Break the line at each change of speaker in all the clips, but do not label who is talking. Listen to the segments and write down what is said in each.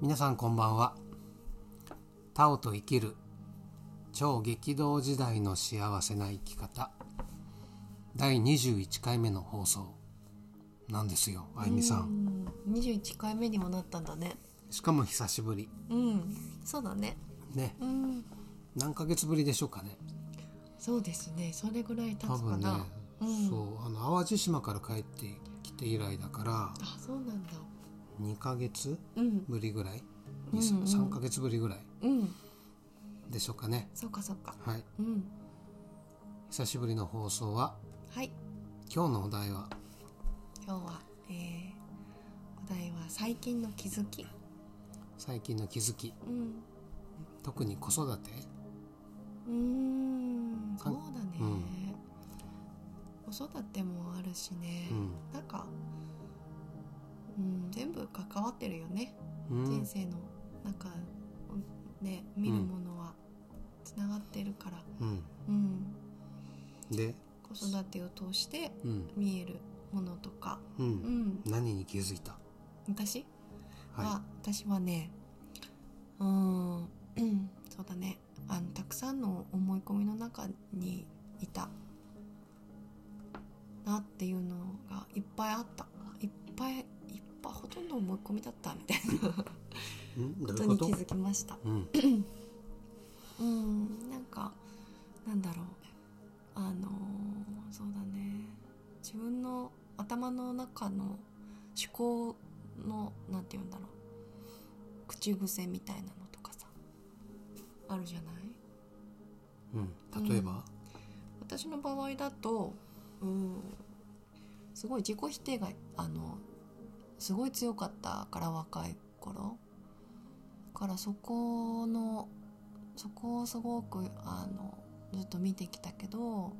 皆さんこんばんはタオと生きる超激動時代の幸せな生き方第21回目の放送なんですよあゆみさん
二十一回目にもなったんだね。
しかも久しぶり
うん、そうだね。
ね
うん、
何ヶ月ぶりでしょうかね
そうですね。それぐらい経
多
つか
分ね
な。うん
そうあの淡路島から帰ってきて以来だか
あ、そうなんだ。
ら2ヶ月
うん、
ぶりぐらい
うんうん
3ヶ月ぶりぐらい
うん、
でしょうかね
そうかそうか。
はい
うん、
久しぶりの放送は
はい。
今日のお題は
今日は、えー、お題は最近の気づき。
最近の気づき
うん、
特に子育て
うーん、そうだね。
うん
子育てもあるしね。
うん
なんか、うん、全部関わってるよね。
う
人
ん
生のなんかね見るものはつながってるから、
うん
うん、
で
子育てを通して
うん
見えるものとか、
う
うんん、
何に気づいた
私は、
は
私はねうーんそうだねあのたくさんの思い込みの中にいたなっていうのがいっぱいあったいっぱいいっぱいほとんど思い込みだったみたいなこ
いんどうい
と
うこ
に
と
気づきました。
うん
うんなんかなんだろうあのーそうだね自分の頭の中の思考のなんて言うんだろう口癖みたいなのとかさあるじゃない
うん例えば
私の場合だとうんすごい自己否定があのすごい強かったから若い頃だからそこのそこをすごくあのずっと見てきたけど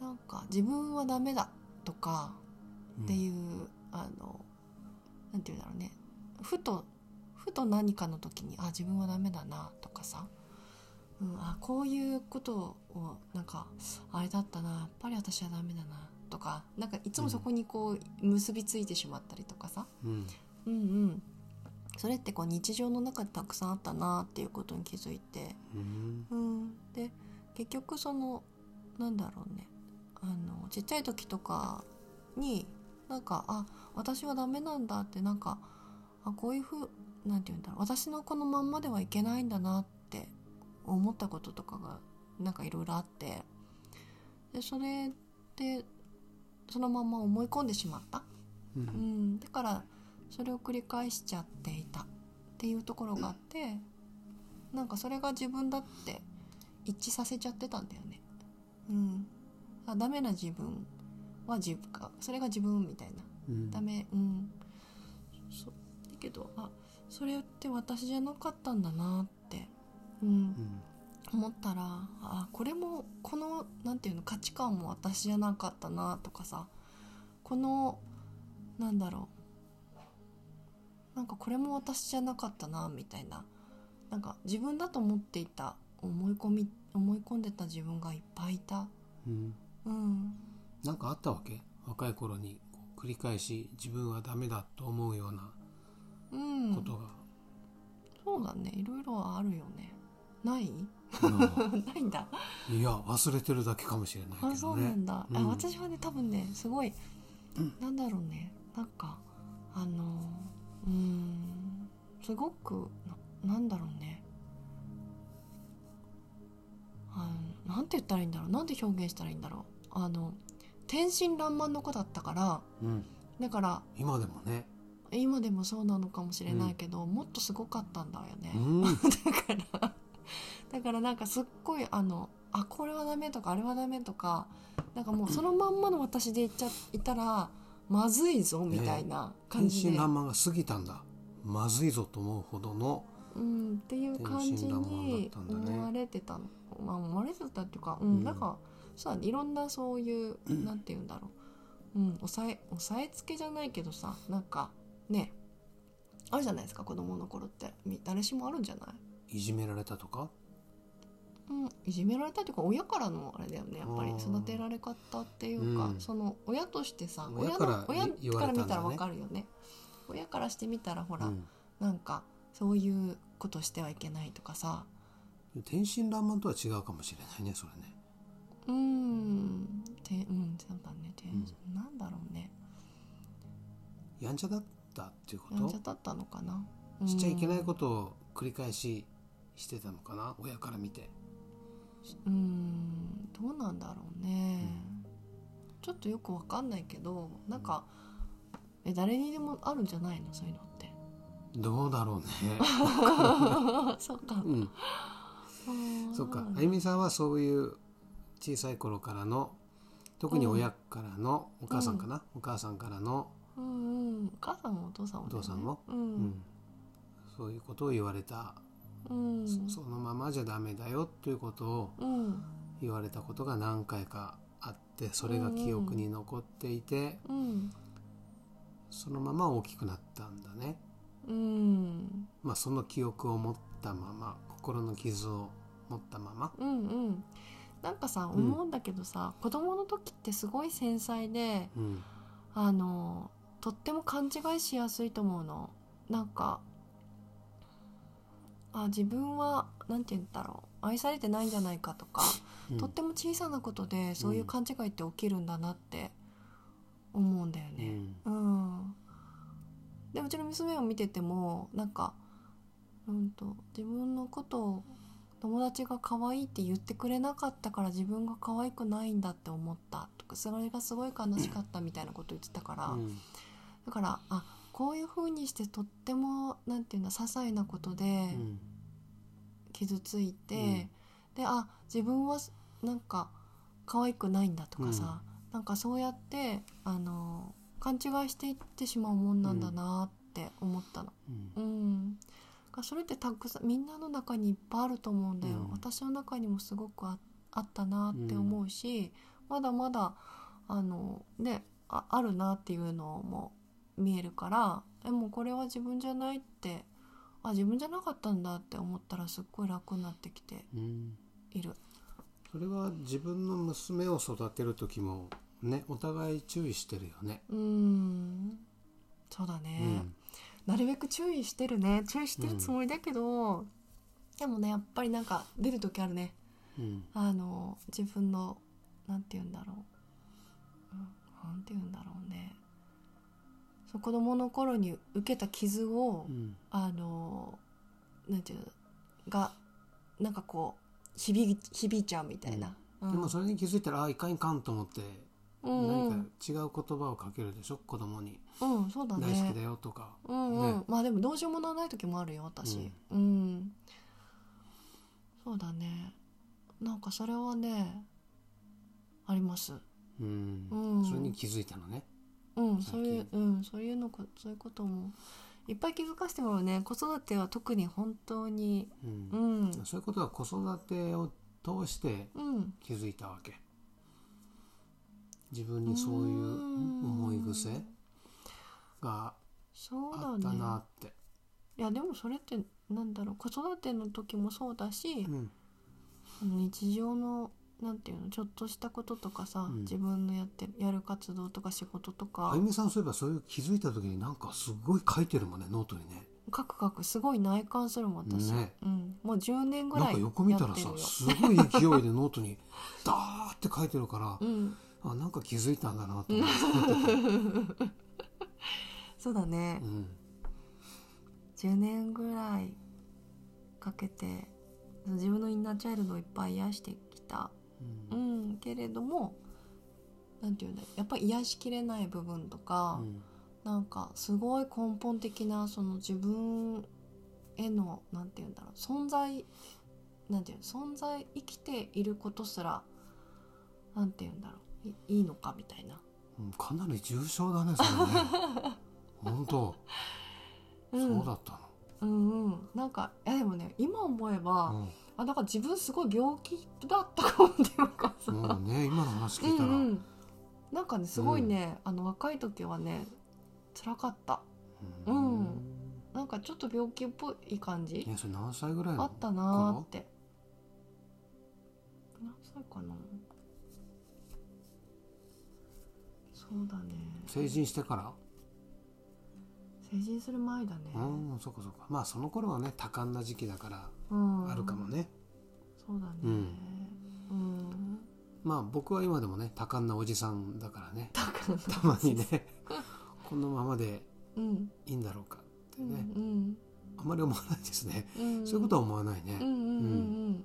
なんか自分はダメだとか
うん
っていう、あのなんて言うんだろうねふとふと何かの時にあ自分はダメだなとかさ、うん、あこういうことをなんかあれだったなやっぱり私はダメだなとかなんかいつもそこにこう結びついてしまったりとかさ、
うん
うんうん、それってこう日常の中でたくさんあったなっていうことに気づいて。
うん
うん、で結局そのなんだろうねあのちっちゃい時とかになんかあ私はダメなんだってなんかあこういうふうなんて言うんだろう私のこのまんまではいけないんだなって思ったこととかがなんかいろいろあってでそれでそのまんま思い込んでしまった
う
うんん、だからそれを繰り返しちゃっていたっていうところがあってなんかそれが自分だって一致させちゃってたんだよね。うん、あダメな自分は自分かそれが自分みたいな
うん
ダメうんそうだけどあそれって私じゃなかったんだなって、うん
う、ん
思ったらあこれもこのなんていうの価値観も私じゃなかったなとかさこのなんだろうなんかこれも私じゃなかったなみたいななんか自分だと思っていた思い込み思い込んでた自分がいっぱいいた
うん
うん
なんかあったわけ若い頃にこう繰り返し自分はダメだと思うような
うん
ことが、
そうだねいろいろあるよねない ないんだ
うんいや忘れてるだけかもしれないけどね
あそうなんだ、
うん
あ私はね多分ねすごい、なんだろうねなんかあのうーんすごくななんだろうねあのなんて言ったらいいんだろうなんて表現したらいいんだろうあの天真爛漫の子だったから
うん、
だから
今でもね、
今でもそうなのかもしれないけど、もっとすごかったんだよね、
うん、
だからだからなんかすっごいあのあこれはダメとかあれはダメとかなんかもうそのまんまの私でいっちゃいたらまずいぞみたいな感
天
じで、
真爛漫が過ぎたんだまずいぞと思うほどの
うん、っていう感じに
天真爛漫だったんだね
思われてたの、まあ、思われてたっていうか、うん
うん
なんかそうだねいろんなそういうなんて言うんだろう、うん、抑え抑えつけじゃないけどさなんかねあるじゃないですか子供の頃ってみ誰しもあるんじゃない
いじめられたとか、
うん、いじめられたというか親からのあれだよねやっぱり
あー
育てられ方っていうか、
うん
その親としてさ
親
親
か
から親
言わ
か
れた
ら見
んだね
たらわかるよね親からしてみたらほ
う
ら、
ん
なんかそういうことしてはいけないとかさ
天真爛漫とは違うかもしれないねそれね
うーんてうんそうだねて、
うん
なんだろうね
やんちゃだったっていうこ
やんちゃ
と
だったのかな
しちゃいけない
と
ことを繰り返ししてたのかな親から見て
うーんどうなんだろうね、ちょっとよくわかんないけどなんかえ誰にでもあるんじゃないのそういうのって
どうだろうね
そうか
うん
うん
そうか
ん
あゆみさんはそういう小さい頃からの特に親からの、お母さんかな、お母さんからの、
うんうんお母さんもお父さんもだよね、
お父さんも
う
うん
ん、
そういうことを言われた、
うん
そそのままじゃダメだよっていうことを
うん
言われたことが何回かあってそれが記憶に残っていて、
うん
そのまま大きくなったんだね、
うん
まあ、その記憶を持ったまま心の傷を持ったまま
うんうんなんかさ
ん
思うんだけどさ、子供の時ってすごい繊細で
うん
あのとっても勘違いしやすいと思うのなんかあ自分はなんて言うんだろう愛されてないんじゃないかとか、
うん
とっても小さなことでそういう勘違いって起きるんだなって思うんだよ
う
ね。
ん
うんでうちの娘を見ててもなんか、うん、と自分のことを友達が可愛いって言ってくれなかったから自分が可愛くないんだって思ったとかそれがすごい悲しかったみたいなこと言ってたから、
うん
だからあこういうふうにしてとってもなんていうんだ些細なことで
うん
傷ついて、
うん
であ自分はなんか可愛くないんだとかさ、なんかそうやってあの勘違いしていってしまうもんなんだなって思ったの。
うん
うんだからそれってたくさんみんなの中にいっぱいあると思うんだよ、
うん
私の中にもすごくああったなって思うし、まだまだあのねああるなっていうのも見えるからでもこれは自分じゃないってあ自分じゃなかったんだって思ったらすっごい楽になってきて
うん
いる。
それは自分の娘を育てる時もねお互い注意してるよね。
うんそうだ
う
ね、
ん
なるべく注意してるね注意してるつもりだけど、でもねやっぱりなんか出る時あるね
うん
あの自分のなんて言うんだろう、うん、なんて言うんだろうねそう子供の頃に受けた傷を、
うん
あのなんていうのがなんかこう響い響いちゃうみたいな、うん
でもそれに気づいたらああいかんいかんと思って
うんう
何か
ん、
違う言葉をかけるでしょ子供に
うん、そ
「
うだね
大好きだよ」とか
うんうん
ね
まあでもどうしようもならない時もあるよ私うん、そうだねなんかそれはねあります
うん
うん
それに気づいたのね。
うん、
最
そういう
近、
うん、そういうのこ、そういうことも。いっぱい気づかせてもらうね、子育ては特に本当に、
うん
うん、
そういうことは子育てを通して
うん、
気づいたわけ。自分にそういう思い癖が
そう
あ
だ
った
ね。
なって。
いや、でも、それって、なんだろう、子育ての時もそうだし、
うん
あの日常の。なんていうのちょっとしたこととかさ、
うん
自分のやってるやる活動とか仕事と
あ
か
ゆみさんそういえばそういう気づいた時になんかすごい書いてるもんねノートにね
カクカクすごい内観するもん私、
ね
うん、もう10年ぐ
な
ら
ん
い
か
や
横見たら
ってる
さ
よ
すごい勢いでノートに ダーって書いてるから、
うん、
あなんか気づいたんだなと思って、
そうだね、
うん、
10年ぐらいかけて自分のインナーチャイルドをいっぱい癒してきた、
う
うんん、けれどもなんていうんだやっぱり癒しきれない部分とか、
うん
なんかすごい根本的なその自分へのなんていうんだろう存在なんていうの存在生きていることすらなんていうんだろういいいのかみたいな、
うんかなり重症だねそれね 本当、
うん、
そうだった
うんうんなんかいやでもね今思えば、
の、
あだから自分すごい病気だったかもっていうか
う
さ、
ん、もうね今の話
う
聞
ん
いたら、
うん、なんかねすごいね、あの若い時はね辛かったうんなんかちょっと病気っぽい感じ
ねそれ何歳ぐらい
あ
の
ったなーって何歳かなそうだね
成人してから
成成人する前だね
うんそっかそっかまあその頃はね多感な時期だから
うん
あるかもね、
そうだね
う
うんん、
まあ僕は今でもね多感なおじさんだからね
だから
たまにねこのままで
うん
いいんだろうかって
う
ね、
ん
あまり思わないですね、
うん
そういうことは思わないね、
うんうんうんうん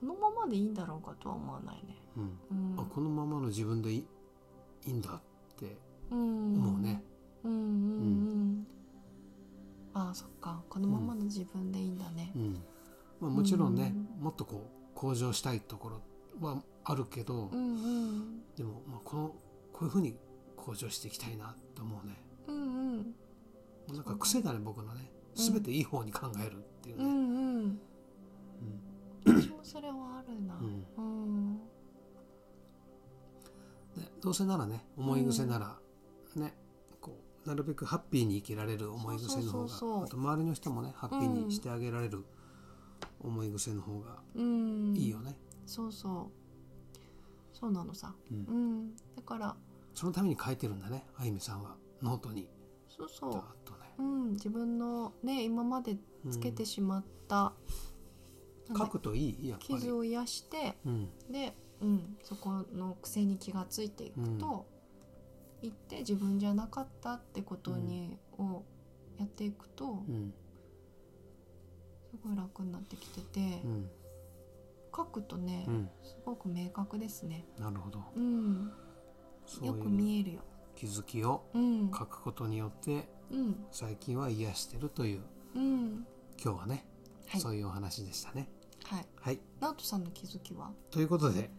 このままでいいんだろうかとは思わないね
うん
うん
あこのままの自分でいいいいんだって
うん
思うね、
うんうんうんああそっかこのままの自分でいいんだね
うんまあ、もちろんね、
う
もっとこう向上したいところはあるけど、
うんうん
でも、まあ、このこういうふうに向上していきたいなと思うね
うんうん
もうなんか癖だね僕のね
うん
全ていい方に考えるっていう
う
ね、
んうん
うん
私もそれはあるな
うん
うん
でどうせならね思い癖ならね、こうなるべくハッピーに生きられる思い癖の方が
そうそうそうそう
あと周りの人もねハッピーにしてあげられる思い癖の方が
うん
いいよね、
そうそうそうなのさ
うん
うんだから
そのために書いてるんだねあゆみさんはノートに
そ
ダ
う
ー
そ
ッ
う
とね
うん、自分のね今までつけてしまった、なん
書
か
くといいやっぱり
傷を癒して
うん
で、うん、そこの癖に気がついていくと、言って自分じゃなかったってことに、をやっていくと
うん
すごい楽になってきてて、
うん
書くとね、
うん
すごく明確ですね、
なるほど
うん、
そう
よく
いう
見えるよ。
気づきを
うん
書くことによって
うん
最近は癒してるという
うん
今日はね、
はい
そういうお話でしたね
はい、
はい
直人さんの気づきは
ということで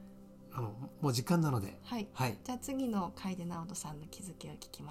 あのもう時間なので
はい
はい
じゃあ次の回で直人さんの気づきを聞きましょう。